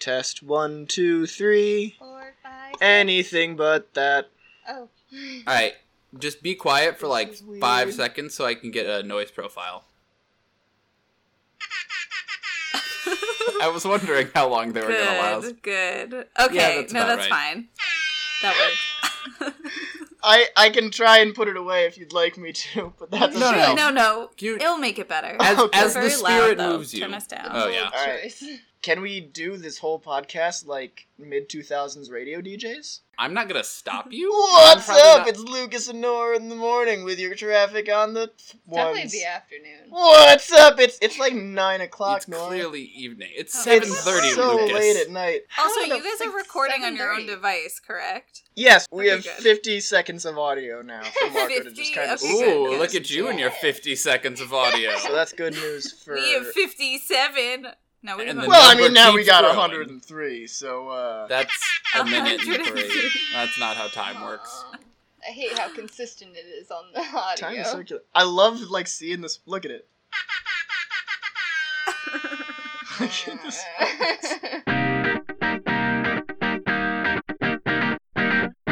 test. One, two, three. Four, five, six. Anything but that. Oh. All right, just be quiet for like This is five weird. seconds so I can get a noise profile. I was wondering how long they were going to last. good, good. Okay, that's no, about that's right. fine. That works. I I can try and put it away if you'd like me to, but that's No, a no. show. no, no, You- it'll make it better. As, Okay. as the Very loud, spirit though. moves you. Turn us down. Oh yeah. All right. Choice. Can we do this whole podcast like mid two thousands radio DJs? I'm not gonna stop you. I'm What's probably up? not- It's Lucas and Nora in the morning with your traffic on the f- Definitely ones. the afternoon. What's up? It's it's like nine o'clock. It's Nora. clearly evening. It's Oh. seven thirty, It's so Lucas. late at night. Also, How the you guys frick are recording on your own 7:30? device, correct? Yes, we Okay, have good. 50 seconds of audio now for Marco to 50? just kind of Okay, Ooh, good, good. look at you and your fifty seconds of audio. So that's good news for. We have fifty-seven. No, we And don't the have well, I mean, number now we keeps got growing. 103, so. uh... That's a minute and 103. three. That's not how time works. Aw. I hate how consistent it is on the audio. Time is circular. I love like seeing this. Look at it. Look at this.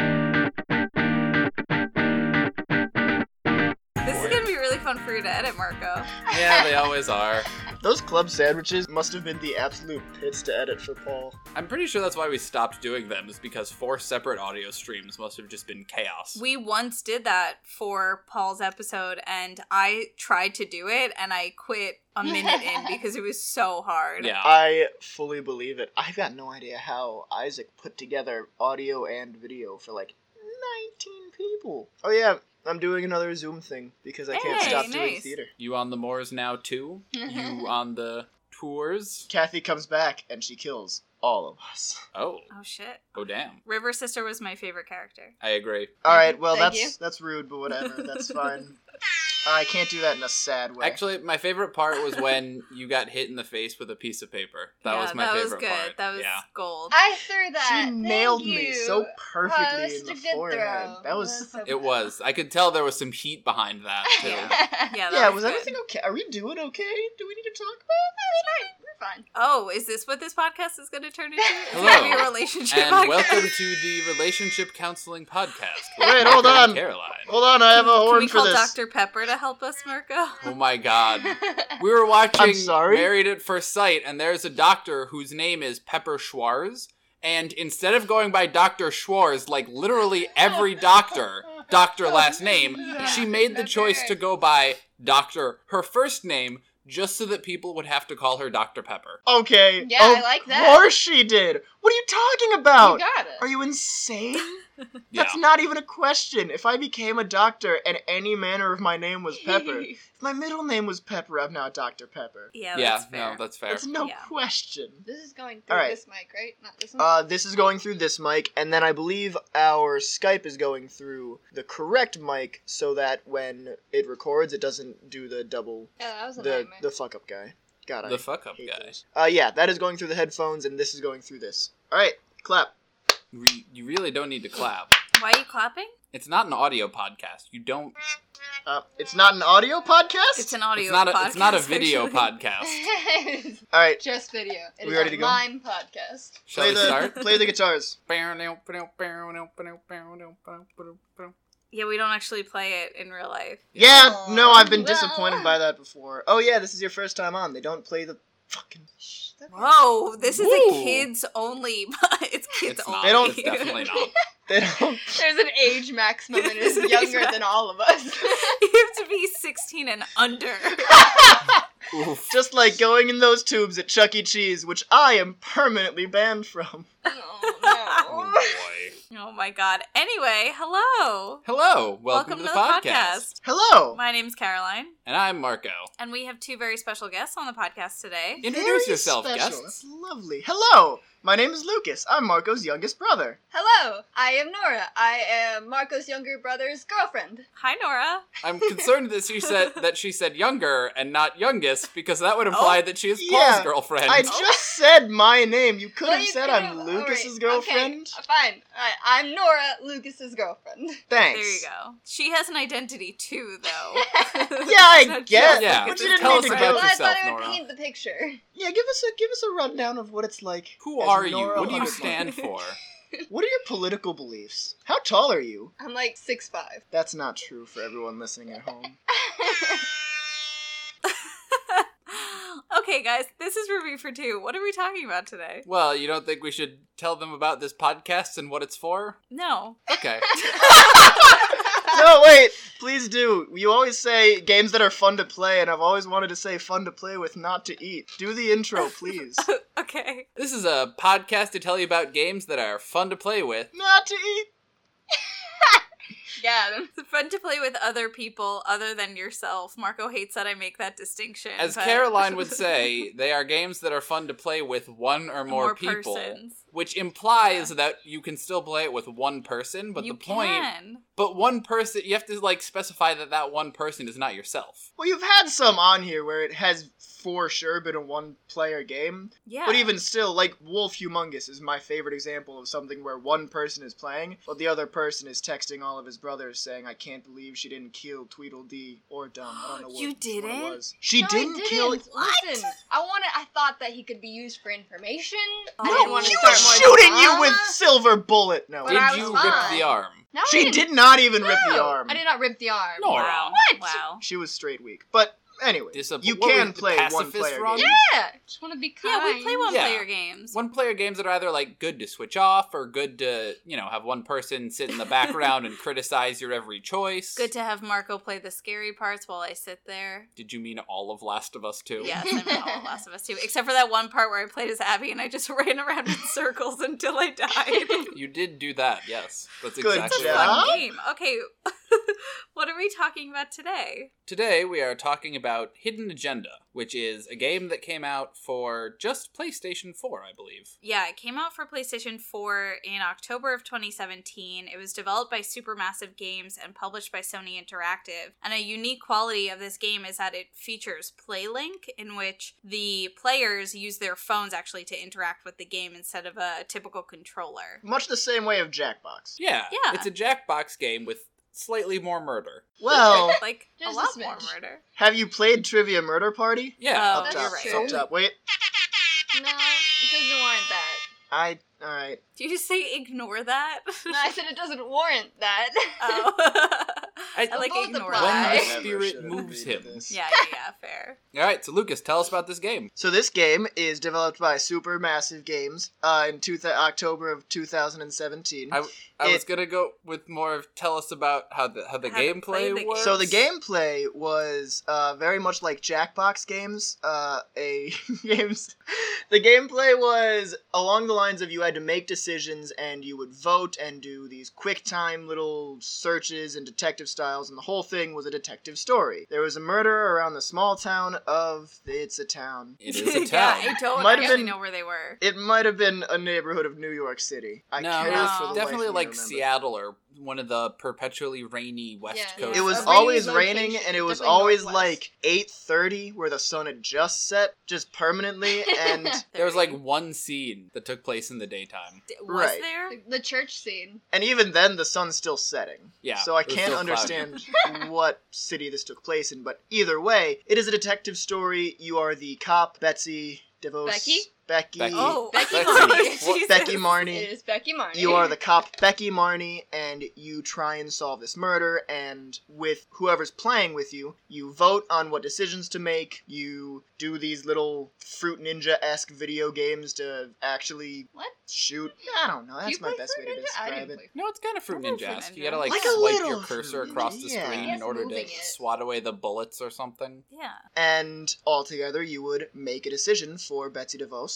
This is gonna be really fun for you to edit, Marco. Yeah, they always are. Those club sandwiches must have been the absolute pits to edit for Paul. I'm pretty sure that's why we stopped doing them, is because four separate audio streams must have just been chaos. We once did that for Paul's episode, and I tried to do it, and I quit a minute in because it was so hard. yeah. I fully believe it. I've got no idea how Isaac put together audio and video for like 19 people. Oh, yeah, I'm doing another Zoom thing because I can't Hey, stop doing nice. theater. you on the moors now too? You on the tours? Kathy comes back and she kills all of us. Oh. Oh shit. Oh damn. River Sister was my favorite character. I agree. All right, well Thank that's that's rude, but whatever. That's fine. I can't do that in a sad way. Actually, my favorite part was when you got hit in the face with a piece of paper. That Yeah, was my that favorite was good. part. That was Yeah. gold. I threw that. she Thank nailed you. me so perfectly Oh, that was in a the good forehead. throw. That was so It was. I could tell there was some heat behind that good. too. Yeah. That yeah. was, Was good. everything okay? Are we doing okay? Do we need to talk We're fine. Oh, is this what this podcast is going to turn into? Is Hello. gonna be a relationship podcast? And welcome to the relationship counseling podcast. with Wait, hold Marco and on. Caroline. about? Hold on, I have a Can horn we for call this. Dr. Pepper to help us, Marco? Oh my god. We were watching I'm sorry? Married at First Sight, and there's a doctor whose name is Pepper Schwarz. And instead of going by Dr. Schwarz, like literally every doctor, doctor last name, she made the choice to go by Dr. her first name just so that people would have to call her Dr. Pepper. Okay. Yeah, I of like that. course she did. What are you talking you about? got it. are you insane? Yeah. That's not even a question. If I became a doctor and any manner of my name was Pepper, if my middle name was Pepper, I'm now Dr. Pepper. Yeah, yeah, that's fair. no, that's fair. It's no Yeah. question. this is going through All right. this mic, right? Not this one. Uh, this is going through this mic, and then I believe our Skype is going through the correct mic so that when it records, it doesn't do the double oh, that was a the nightmare. the fuck up guy. God, The I fuck up hate guy. those. Uh, yeah, that is going through the headphones, and this is going through this. All right, clap. Re- you really don't need to clap. Why are you clapping? It's not an audio podcast. You don't. Uh, it's not an audio podcast. It's an audio It's not a, podcast. it's not a video actually. podcast. All right, Just video. It We is ready a to go? mime podcast. Shall play we the start? play the guitars. Yeah, we don't actually play it in real life. Yeah, Aw, no, I've been Oh, well. disappointed by that before. Oh yeah, this is your first time on. They don't play the fucking. Shh, that's Whoa, this is Whoa. a kids only. it's kids It's not. only. They don't- It's definitely not. They don't. There's an age maximum and There's an it's age younger max- than all of us. you have to be 16 and under. Oof. Just like going in those tubes at Chuck E. Cheese, which I am permanently banned from. oh, Oh no. boy. Oh my god. Anyway, hello. Hello, welcome, to the, podcast. Hello. My name's Caroline, And I'm Marco. and we have two very special guests on the podcast today. Introduce Very yourself, special. That's guests. lovely. Hello. My name is Lucas. I'm Marco's youngest brother. Hello, I am Nora. I am Marco's younger brother's girlfriend. Hi, Nora. I'm concerned that she said that she said younger and not youngest because that would imply that she is Paul's Yeah. girlfriend. I just said my name. You could Well, have you said could I'm have- Lucas's alright, girlfriend. Okay, uh, fine. Alright, I'm Nora, Lucas's girlfriend. Thanks. There you go. She has an identity too, though. Yeah, I Not guess. just Yeah, like But it's you didn't a need tell us to girlfriend. about well, I yourself, thought I would Nora. paint the picture. Yeah, give us a give us a rundown of what it's like. Who as are you? Nora What do you Huckabee. stand for? What are your political beliefs? How tall are you? I'm like six five. That's not true for everyone listening at home. okay, guys, this is Review for Two. What are we talking about today? Well, you don't think we should tell them about this podcast and what it's for? No. Okay. No, wait. Please do. You always say games that are fun to play, and I've always wanted to say fun to play with, not to eat. Do the intro, please. Okay. This is a podcast to tell you about games that are fun to play with. not to eat. yeah. It's fun to play with other people other than yourself. Marco hates that I make that distinction. As but- Caroline would say, they are games that are fun to play with one or more, people, persons. which implies that you can still play it with one person, but you the point can. but one person you have to like specify that that one person is not yourself. Well, you've had some on here where it has for sure been a one-player game, Yeah. But even still, like Wolf Humongous is my favorite example of something where one person is playing, but the other person is texting all of his brothers saying, "I can't believe she didn't kill Tweedledee or Dumb." I don't know what You what it didn't? was. She No, I didn't, kill. Listen, I wanted. I thought that he could be used for information. I No, didn't want to She you start Oh. was more shooting you drama. with silver bullet. No, But Did I was you rip fine. the arm? No, I she didn't- did not even rip the No, arm. I did not rip the arm. No. Wow. What? Wow. She was straight weak. But anyway, This a- you what were can you, the play pacifist, one player. Ron? games. Yeah. Just want to be kind. Yeah, we play one player games. One player games that are either like good to switch off or good to, you know, have one person sit in the background and criticize your every choice. Good to have Marco play the scary parts while I sit there. Did you mean all of Last of Us too? Yes, I'm in all of Last of Us too, except for that one part where I played as Abby and I just ran around in circles until I died. You did do that, yes. That's Good exactly It's a what job. I fun meant. game. Okay, what are we talking about today? Today we are talking about Hidden Agenda, which is a game that came out for just PlayStation 4, I believe. Yeah, it came out for PlayStation 4 in October of 2017. It was developed by Supermassive Games and published by Sony Interactive. And a unique quality of this game is that it features PlayLink, in which the players use their phones actually to interact with the game instead of a typical controller. Much the same way of Jackbox. Yeah. Yeah. It's a Jackbox game with slightly more murder. Well, Like a Just a lot more smidge. murder. have you played Trivia Murder Party? Yeah. Oh, up that's top, true. up top. Wait, No, it doesn't warrant that. I. All right. Do you just say ignore that? No, I said it doesn't warrant that. oh. I, I- like Multiply. ignore When that. the I never spirit should've moves read him. this. Yeah, yeah, yeah, fair. All right, so Lucas, tell us about this game. So this game is developed by Supermassive Games uh, in two October of 2017. I- I It- was gonna go with more of tell us about how the how the How to play gameplay the works. so the gameplay was uh, very much like Jackbox games. Uh, a games, the gameplay was along the lines of you had to make decisions and you would vote and do these quick time little searches and detective styles, and the whole thing was a detective story. There was a murderer around the small town of it's a town. it is a town. yeah, I don't Might have actually been- know where they were. It might have been a neighborhood of New York City. I no, can't it was for the was life definitely of me remember. like Seattle or one of the perpetually rainy West Yeah. Coast. It was A rainy always location, raining, and it was definitely always northwest. like 8:30, where the sun had just set, just permanently. And There was like one scene that took place in the daytime. D- was Right. there? The- the church scene. and even then, the sun's still setting. Yeah, So I it was can't still cloudy. understand what city this took place in, but either way, it is a detective story. You are the cop, Betsy DeVos, Becky? Becky, Becky. Oh, Becky Marnie. Oh, Jesus. Becky Marnie. It is Becky Marnie. You are the cop Becky Marnie, and you try and solve this murder. And with whoever's playing with you, you vote on what decisions to make. You do these little Fruit Ninja esque video games to actually What? shoot. I don't know. Do That's you my play best way Fruit to Ninja? I describe didn't it. play No, it's kind of Fruit I love Fruit Ninja. You Ninja. gotta like, Like a swipe little your cursor Fruit across Ninja, the yeah. screen Yes, in order to moving it. swat away the bullets or something. Yeah. And altogether, you would make a decision for Betsy DeVos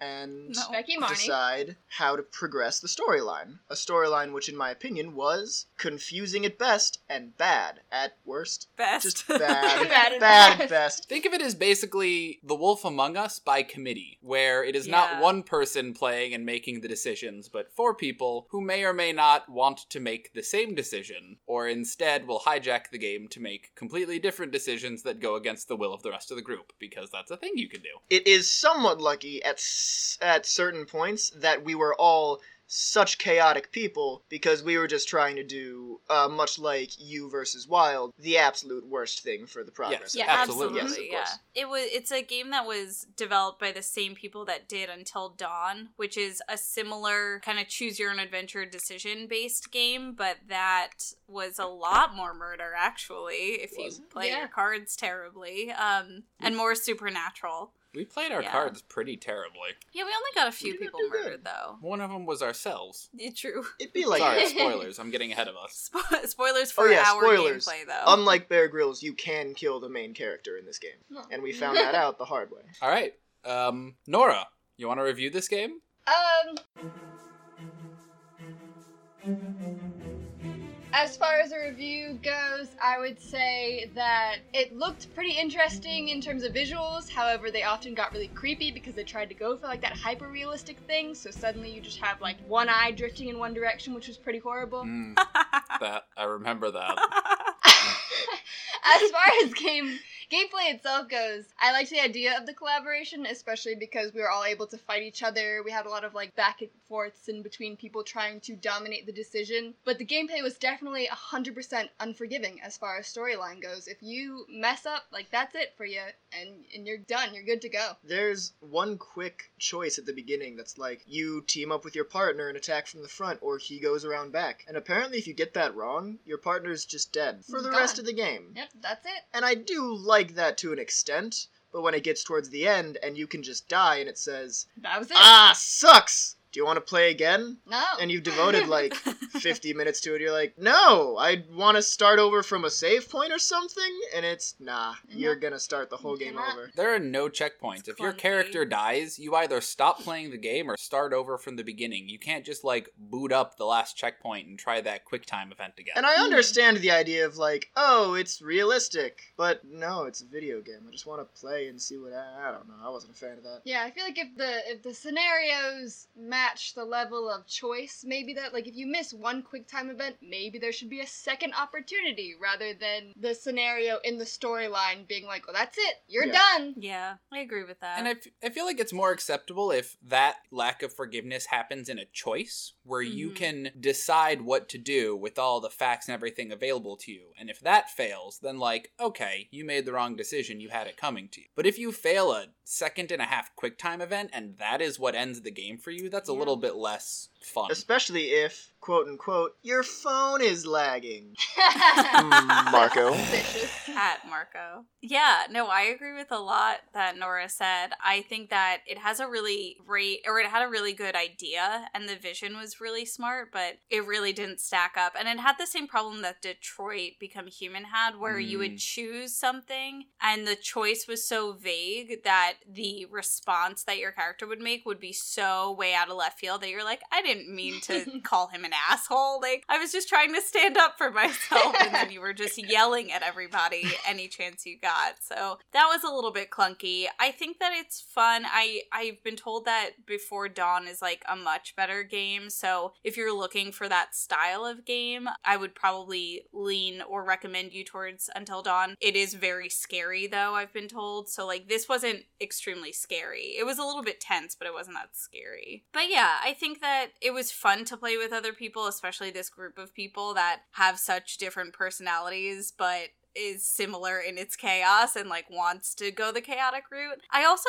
and No. Becky Marnie. decide how to progress the storyline. A storyline which, in my opinion, was confusing at best and bad at worst. Best. Just bad. Bad at bad at best. best. Think of it as basically The Wolf Among Us by committee, where it is not Yeah. one person playing and making the decisions, but four people who may or may not want to make the same decision, or instead will hijack the game to make completely different decisions that go against the will of the rest of the group, because that's a thing you can do. it is somewhat lucky at s- at certain points that we were all such chaotic people because we were just trying to do, uh, much like you versus Wild, the absolute worst thing for the progress. Yeah, Absolutely. absolutely. Yes, of yeah. course. It was it's a game that was developed by the same people that did Until Dawn, which is a similar kind of choose your own adventure decision based game, but that was a lot more murder actually, if Was you it? Mm. play Yeah. your cards terribly. Um and more supernatural. We played our Yeah. cards pretty terribly. Yeah, we only got a We few didn't people do good. murdered though. One of them was ourselves. Yeah, true. It'd be like Sorry, that. spoilers. I'm getting ahead of us. Spo- spoilers for Oh, yeah, our spoilers. gameplay though. Unlike Bear Grylls, you can kill the main character in this game, and we found that out the hard way. All right. Um, Nora, you want to review this game? Um. As far as a review goes, I would say that it looked pretty interesting in terms of visuals. However, they often got really creepy because they tried to go for like that hyper realistic thing. So suddenly you just have like one eye drifting in one direction, which was pretty Oh. horrible. Mm, that I remember that. as far as game gameplay itself goes, I liked the idea of the collaboration, especially because we were all able to fight each other. We had a lot of like back and forths in between people trying to dominate the decision. But the gameplay was definitely 100% unforgiving as far as storyline goes. If you mess up, like that's it for you, and and you're done. You're good to go. There's one quick choice at the beginning that's like you team up with your partner and attack from the front, or he goes around back. And apparently, if you get that wrong, your partner's just dead for the Gone. rest of the game. Yep, that's it. And I do like that to an extent, but when it gets towards the end and you can just die and it says, That was it. Ah, sucks! Do you want to play again? no. And you've devoted like 50 minutes to it, you're like, no, I want to start over from a save point or something, and it's nah, you're gonna start the whole game Cannot. over. There are no checkpoints. It's If your clunky. character dies, you either stop playing the game or start over from the beginning. You can't just like boot up the last checkpoint and try that quick time event again. And I Hmm. understand the idea of like, oh, it's realistic, but no, it's a video game. I just want to play and see what I, I don't know. I wasn't a fan of that. Yeah, I feel like if the if the scenarios match the level of choice, maybe that like if you miss one quick time event, maybe there should be a second opportunity rather than the scenario in the storyline being like, "Well, that's it, you're Yeah. done." yeah, I agree with that. And I, f- I feel like it's more acceptable if that lack of forgiveness happens in a choice where you Mhm. can decide what to do with all the facts and everything available to you. And if that fails, then, like, okay, you made the wrong decision, you had it coming to you. But if you fail a second and a half quick time event and that is what ends the game for you, that's a Yeah. little bit less fun. Especially if, quote unquote, your phone is lagging. Marco. Suspicious. at Marco. Yeah, no, I agree with a lot that Nora said. I think that it has a really great, or it had a really good idea, and the vision was really smart, but it really didn't stack up. And it had the same problem that Detroit Become Human had, where you would Mm. choose something, and the choice was so vague that the response that your character would make would be so way out of left field that you're like, I didn't mean to call him an asshole. Like, I was just trying to stand up for myself, and then you were just yelling at everybody any chance you got. So that was a little bit clunky. I think that it's fun. I I've been told that Before Dawn is like a much better game. So if you're looking for that style of game, I would probably lean or recommend you towards Until Dawn. It is very scary though, I've been told. So like this wasn't extremely scary. It was a little bit tense, but it wasn't that scary. But yeah, I think that it was fun to play with other people, especially this group of people that have such different personalities, but is similar in its chaos and like wants to go the chaotic route. I also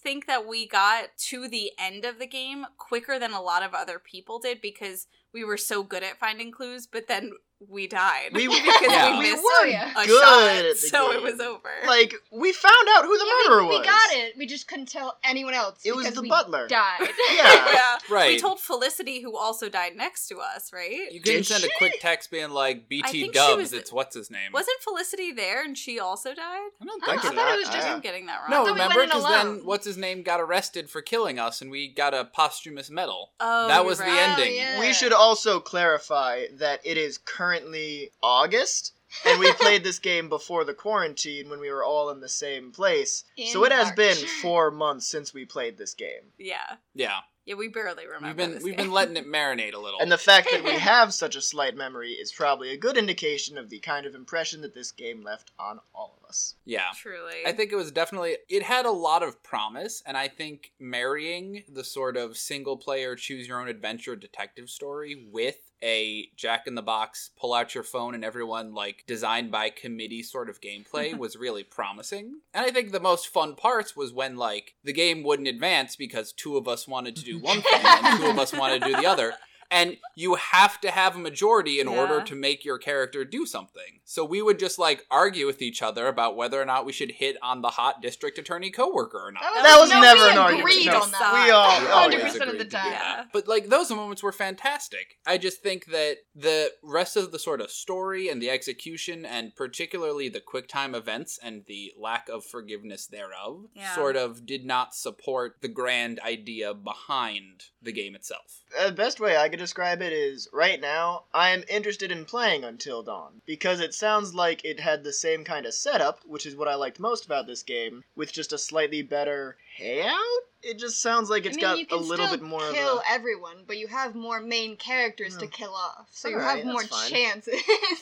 think that we got to the end of the game quicker than a lot of other people did because we were so good at finding clues, but then we died. We- because Yeah. we We missed were yeah. a good shot, at the so game. it was over. Like, we found out who the Yeah, murderer we, we was. got it. We just couldn't tell anyone else. It was because the we butler. Died. Yeah. yeah. right. We told Felicity, who also died next to us, right? you can Did send a she? quick text being like, BT think she dubs, was- it's what's his name. Wasn't Felicity there and she also died? I don't Oh, think I so. thought it was I- just I- I'm getting that wrong. No, thought we went remember? in Because then alone. what's his name got arrested for killing us, and we got a posthumous medal. oh, that you're was the right. ending. Oh, yeah. We should also clarify that it is currently August, and we played this game before the quarantine when we were all in the same place. so In it has March. been four months since we played this game. Yeah, Yeah, yeah, we barely remember. we've been this we've game. been letting it marinate a little. And the fact that we have such a slight memory is probably a good indication of the kind of impression that this game left on all of else. Yeah. Truly. I think it was definitely it had a lot of promise, and I think marrying the sort of single player choose your own adventure detective story with a Jack in the Box pull out your phone and everyone like designed by committee sort of gameplay was really promising. And I think the most fun parts was when like the game wouldn't advance because two of us wanted to do one thing and two of us wanted to do the other. And you have to have a majority in Yeah. order to make your character do something. So we would just like argue with each other about whether or not we should hit on the hot district attorney coworker or not. That was no, never we an argument. agreed No. on that. We all We oh, always 100% of the agreed to do time. that. Yeah. But like those moments were fantastic. I just think that the rest of the sort of story and the execution and particularly the quick time events and the lack of forgiveness thereof Yeah. sort of did not support the grand idea behind the game itself. The best way I could describe it is right now, I am interested in playing Until Dawn because it sounds like it had the same kind of setup, which is what I liked most about this game, with just a slightly better payout. It just sounds like it's I mean, you got a can little still bit more of kill a. everyone, but you have more main characters to Yeah. kill off, so you Alright, have that's more fine. chances.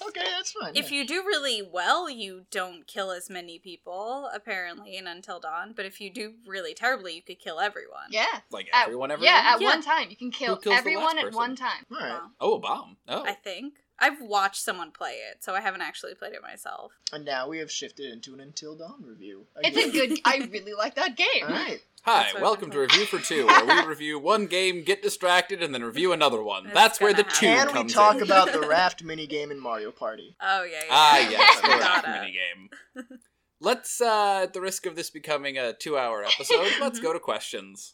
Okay, that's fine. If yeah. you do really well, you don't kill as many people, apparently, in Until Dawn. But if you do really terribly, you could kill everyone. yeah. Like At- everyone ever Yeah, at Yeah. one time you can Who kill kills the last everyone at person? one time. Alright, Well, Oh, a bomb. Oh. I think. I've watched someone play it, so I haven't actually played it myself. and now we have shifted into an Until Dawn review. It's a good. I really like that game. Alright. Hi, That's what welcome to I'm Review for Two, where we review one game, get distracted, and then review another one. That's That's, where the gonna two happen. Can comes we talk in. about the raft minigame in Mario Party? Oh, yeah. yeah. Ah, yes, the raft Gotta. minigame. Let's, uh, at the risk of this becoming a two-hour episode, let's go to questions.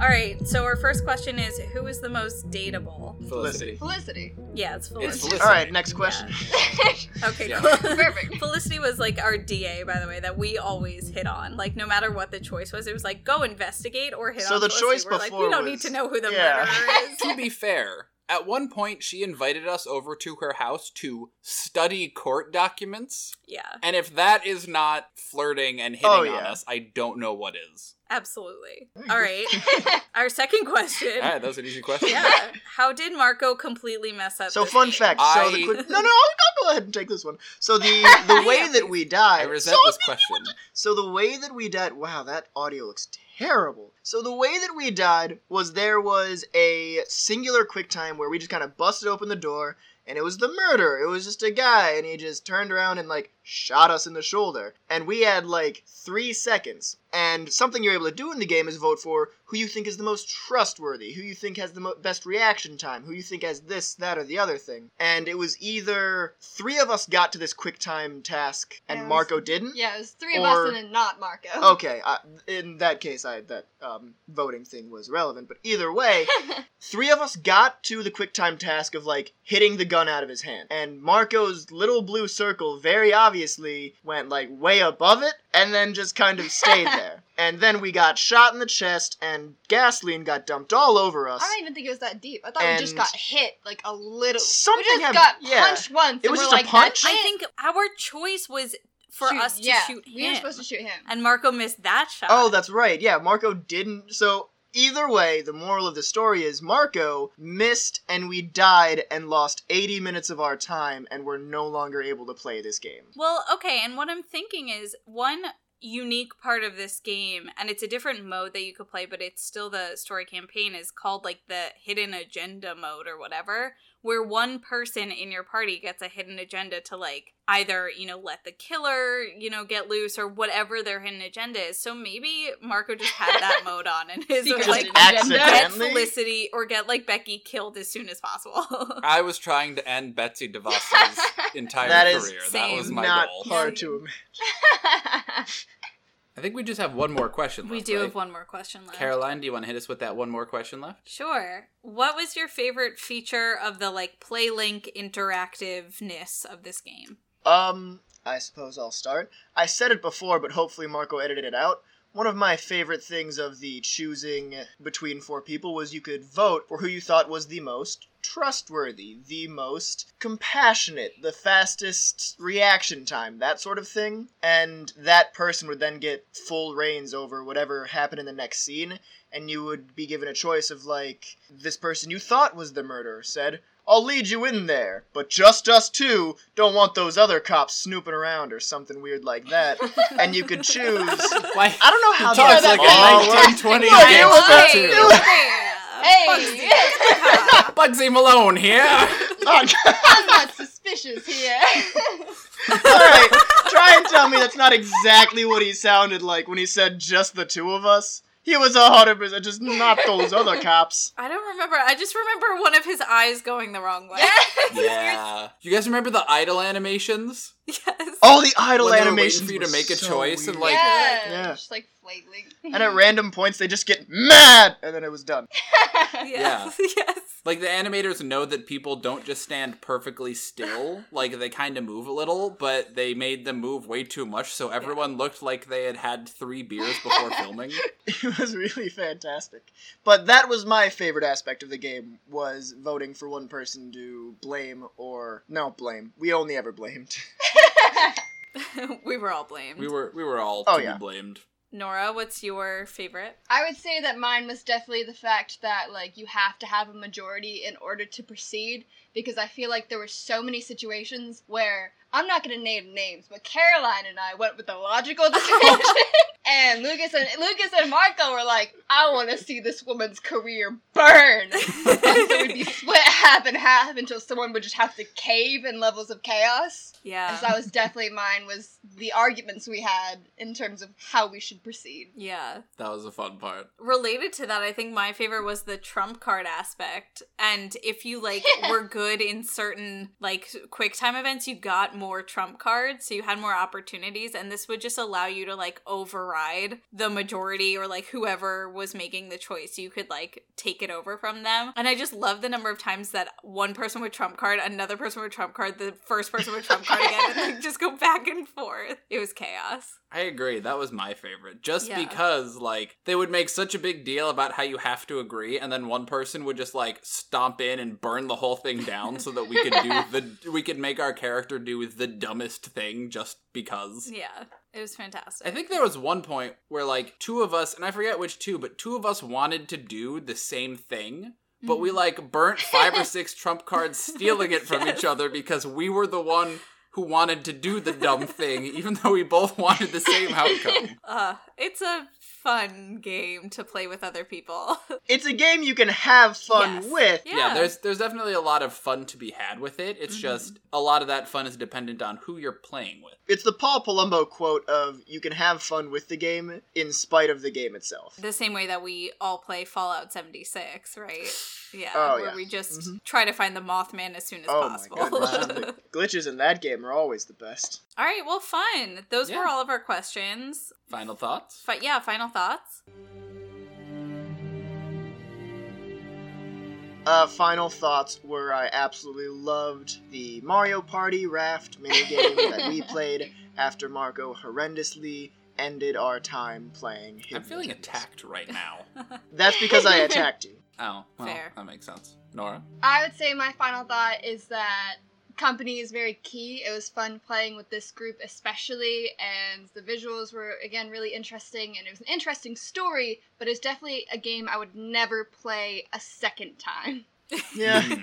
All right, so our first question is Who is the most dateable? Felicity. Felicity. Yeah, it's Felicity. Felicity. Alright, next question. Okay, Yeah. cool. Perfect. Felicity was like our DA, by the way, that we always hit on. Like, no matter what the choice was, it was like go investigate or hit So on. the Felicity. choice We're like, before we don't was- need to know who the Yeah. murderer is. to be fair, at one point she invited us over to her house to study court documents, yeah, and if that is not flirting and hitting Oh, on yeah. us, I don't know what is. absolutely. There you All go. right, our second question. Alright, that was an easy question. yeah, how did Marco completely mess up? So this fun game? fact. So the I- quick, no, no, I'll, I'll go ahead and take this one. So the the way Yeah, that we died. I resent so, this question. so the way that we died. Wow, that audio looks terrible. So the way that we died was there was a singular quick time where we just kind of busted open the door, and it was the murder. It was just a guy, and he just turned around and like shot us in the shoulder, and we had like three seconds. And something you're able to do in the game is vote for who you think is the most trustworthy, who you think has the mo- best reaction time, who you think has this, that, or the other thing. And it was either three of us got to this quick time task and Yeah, it was- Marco didn't. Yeah, it was three of Or- us and then not Marco. Okay, I, in that case, I that um, voting thing was relevant. But either way, three of us got to the quick time task of like hitting the gun out of his hand, and Marco's little blue circle very obviously went like way above it, and then just kind of stayed there. And then we got shot in the chest, and gasoline got dumped all over us. I don't even think it was that deep. I thought we just And- got hit like a little. Something we just happened- got yeah. punched once. It and was we're just a like, punch? that's I it. think our choice was for Shoot, us to yeah, shoot him, We were supposed to shoot him. and Marco missed that shot. Oh, that's right. Yeah, Marco didn't. So either way, the moral of the story is Marco missed and we died and lost 80 minutes of our time and we're no longer able to play this game. Well, okay, and what I'm thinking is one unique part of this game, and it's a different mode that you could play, but it's still the story campaign, is called like the hidden agenda mode or whatever, where one person in your party gets a hidden agenda to like either, you know, let the killer, you know, get loose or whatever their hidden agenda is. So maybe Marco just had that mode on and his Secret was Just like agenda. get accidentally. Felicity or get like Becky killed as soon as possible. I was trying to end Betsy DeVos's entire That is career. That same. was my Not goal. hard to imagine. I think we just have one more question. we left, do right? have one more question left. Caroline, do you want to hit us with that one more question left? Sure. What was your favorite feature of the like PlayLink interactiveness of this game? Um, I suppose I'll start. I said it before, but hopefully Marco edited it out. One of my favorite things of the choosing between four people was you could vote for who you thought was the most trustworthy, the most compassionate, the fastest reaction time, that sort of thing. And that person would then get full reins over whatever happened in the next scene, and you would be given a choice of, like, this person you thought was the murderer said, I'll lead you in there, but just us two don't want those other cops snooping around or something weird like that. and you could choose. Like, I don't know how he talks that like all a worked. 1920s Look, game it was a- show, Hey, it was- look there. Hey, Bugsy Malone here. I'm not suspicious here. All right, try and tell me that's not exactly what he sounded like when he said just the two of us. He was a hundred percent just not those other cops. I don't remember. I just remember one of his eyes going the wrong way. Yeah. You guys remember the idle animations? yes. All the idle When they were waiting animations for you to were make a so choice and, weird. like- yeah, Yeah. just like flailing. And at random points they just get mad, and then it was done. Yeah. Yes. Yes. Like the animators know that people don't just stand perfectly still, like they kind of move a little, but they made them move way too much, so everyone looked like they had had three beers before filming. It was really fantastic. But that was my favorite aspect of the game was voting for one person to blame or no blame. We only ever blamed. we were all blamed. We were we were all Oh, to yeah. be blamed. Nora, what's your favorite? I would say that mine was definitely the fact that like you have to have a majority in order to proceed because I feel like there were so many situations where I'm not gonna name names, but Caroline and I went with the logical decision, and Lucas and Lucas and Marco were like, "I want to see this woman's career burn." so we'd be split half and half until someone would just have to cave in levels of chaos. Yeah. And so that was definitely mine. Was the arguments we had in terms of how we should proceed. yeah. That was the fun part. Related to that, I think my favorite was the trump card aspect. And if you like were good in certain like quick time events, you got more trump cards, so you had more opportunities and this would just allow you to like override the majority or like whoever was making the choice. You could like take it over from them. And I just love the number of times that one person would trump card, another person would trump card, the first person would trump card again and like just go back and forth. It was chaos. I agree. That was my favorite. Just Yeah. because, like, they would make such a big deal about how you have to agree, and then one person would just like stomp in and burn the whole thing down, so that we could do the we could make our character do the dumbest thing just because. Yeah. It was fantastic. I think there was one point where like two of us, and I forget which two, but two of us wanted to do the same thing. But we like burnt five or six trump cards stealing it from each other because we were the one who wanted to do the dumb thing, even though we both wanted the same outcome. Uh, it's a fun game to play with other people. It's a game you can have fun Yes. with. Yeah. yeah. there's there's definitely a lot of fun to be had with it it's Mhm. just a lot of that fun is dependent on who you're playing with It's the Paul Palumbo quote of "You can have fun with the game in spite of the game itself." the same way that we all play Fallout 76, right? Yeah, Oh, where yeah. we just Mhm. try to find the Mothman as soon as Oh possible. my god! the glitches in that game are always the best. all right, well, fun. Those were Yeah. all of our questions. final thoughts But yeah, final thoughts. Uh, final thoughts were I absolutely loved the Mario Party raft minigame that we played after Marco horrendously ended our time playing. his i'm feeling games. attacked right now That's because I attacked you. oh well, Fair. that makes sense nora I would say my final thought is that company is very key. It was fun playing with this group, especially, and the visuals were again really interesting, and it was an interesting story. But it's definitely a game I would never play a second time. Yeah. Hmm.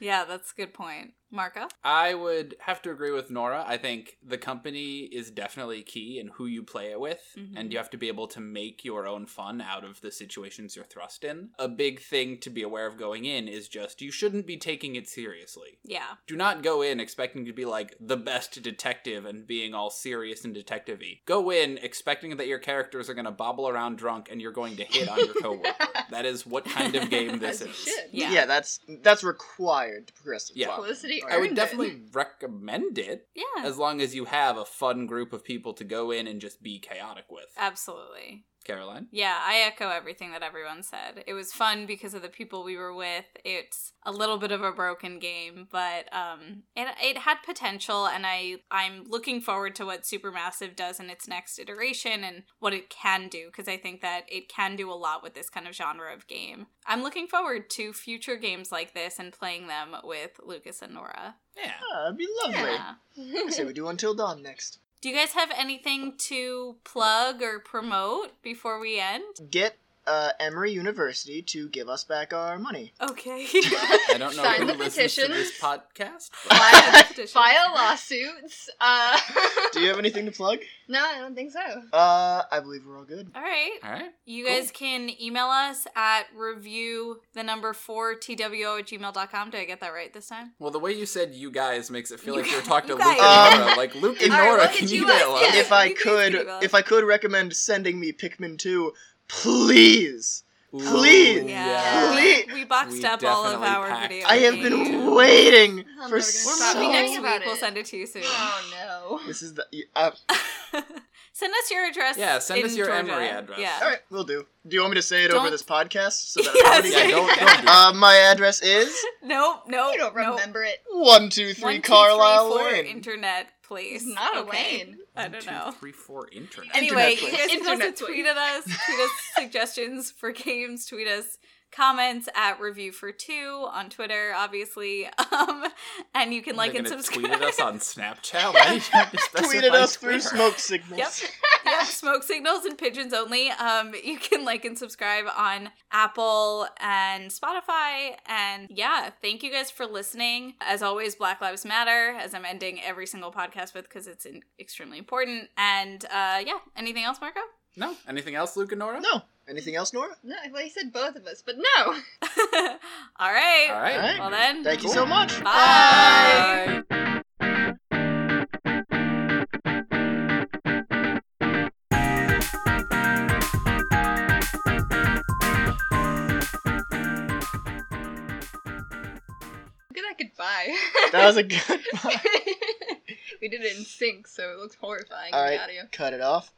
Yeah, that's a good point. Marco? i would have to agree with nora i think the company is definitely key in who you play it with Mhm. Mm-hmm. and you have to be able to make your own fun out of the situations you're thrust in a big thing to be aware of going in is just you shouldn't be taking it seriously Yeah. Do not go in expecting to be like the best detective and being all serious and detective y. Go in expecting that your characters are going to bobble around drunk and you're going to hit on your coworker. that is what kind of game this As you is. should. Yeah. yeah, that's that's required to progress the Yeah. plot. Felicity I would earned it. definitely recommend it Yeah. as long as you have a fun group of people to go in and just be chaotic with. Absolutely. Caroline? Yeah, I echo everything that everyone said. It was fun because of the people we were with. It's a little bit of a broken game, but um, it it had potential, and I I'm looking forward to what Supermassive does in its next iteration and what it can do because I think that it can do a lot with this kind of genre of game. I'm looking forward to future games like this and playing them with Lucas and Nora. Yeah. Yeah, that'd Ah, be lovely. Yeah. I say we do Until Dawn next. Do you guys have anything to plug or promote before we end? Get uh, Emory University to give us back our money. Okay. I don't know Sign who the listens to petition. this podcast. but- File petition. File lawsuits. Uh, Do you have anything to plug? no, I don't think so. Uh, I believe we're all good. All right. All right. You Cool. guys can email us at review the number four two at gmail.com. Did I get that right this time? Well, the way you said "you guys" makes it feel You like you're guys- talking to you Luke and guys. Nora. Like Luke and Um, All right, Nora, look can at you you email guys. us? Yeah. if I you guys could, pretty well. if I could recommend sending me Pikmin 2, please. Ooh, Please. Yeah. Please. We boxed We up all of definitely our packed video. it. I have games. been waiting for I'm never gonna We're stop. so. moving So- next about week. We'll it. send it to you soon. Oh no. This is the. Uh, send us your address. Yeah, send in us your Georgia. Emory address. Yeah. all right, we'll do. Do you want me to say it over Don't- this podcast so that Yes. everybody Yeah, gets- don't, don't do that. Uh, my address is Nope, Oh, nope. You don't nope. remember it. one two three One, two, Carlisle three, four, Lane. Internet, please. It's not a Okay. lane. I One, don't two, know. three, four, internet. Any- Anyway, Internet you guys can Internet also tweet at us, tweet us suggestions for games, tweet us comments at review for two on Twitter, obviously. Um, and you can like They're and gonna subscribe. Tweet at us on Snapchat. Why did you have to Tweeted specify us through Twitter? smoke signals. Yep. yeah, smoke signals and pigeons only. Um, you can like and subscribe on Apple and Spotify. And yeah, thank you guys for listening. As always, Black Lives Matter, as I'm ending every single podcast with because it's in- extremely important. And uh, yeah, anything else, Marco? No. Anything else, Luke and Nora? No. Anything else, Nora? No, well, you said both of us, but no. All right. All right. All right. Well then, Thank you Cool. so much. bye. Bye. Look at that goodbye. That was a good. we did it in sync, so it looks horrifying All in right. the audio. Cut it off.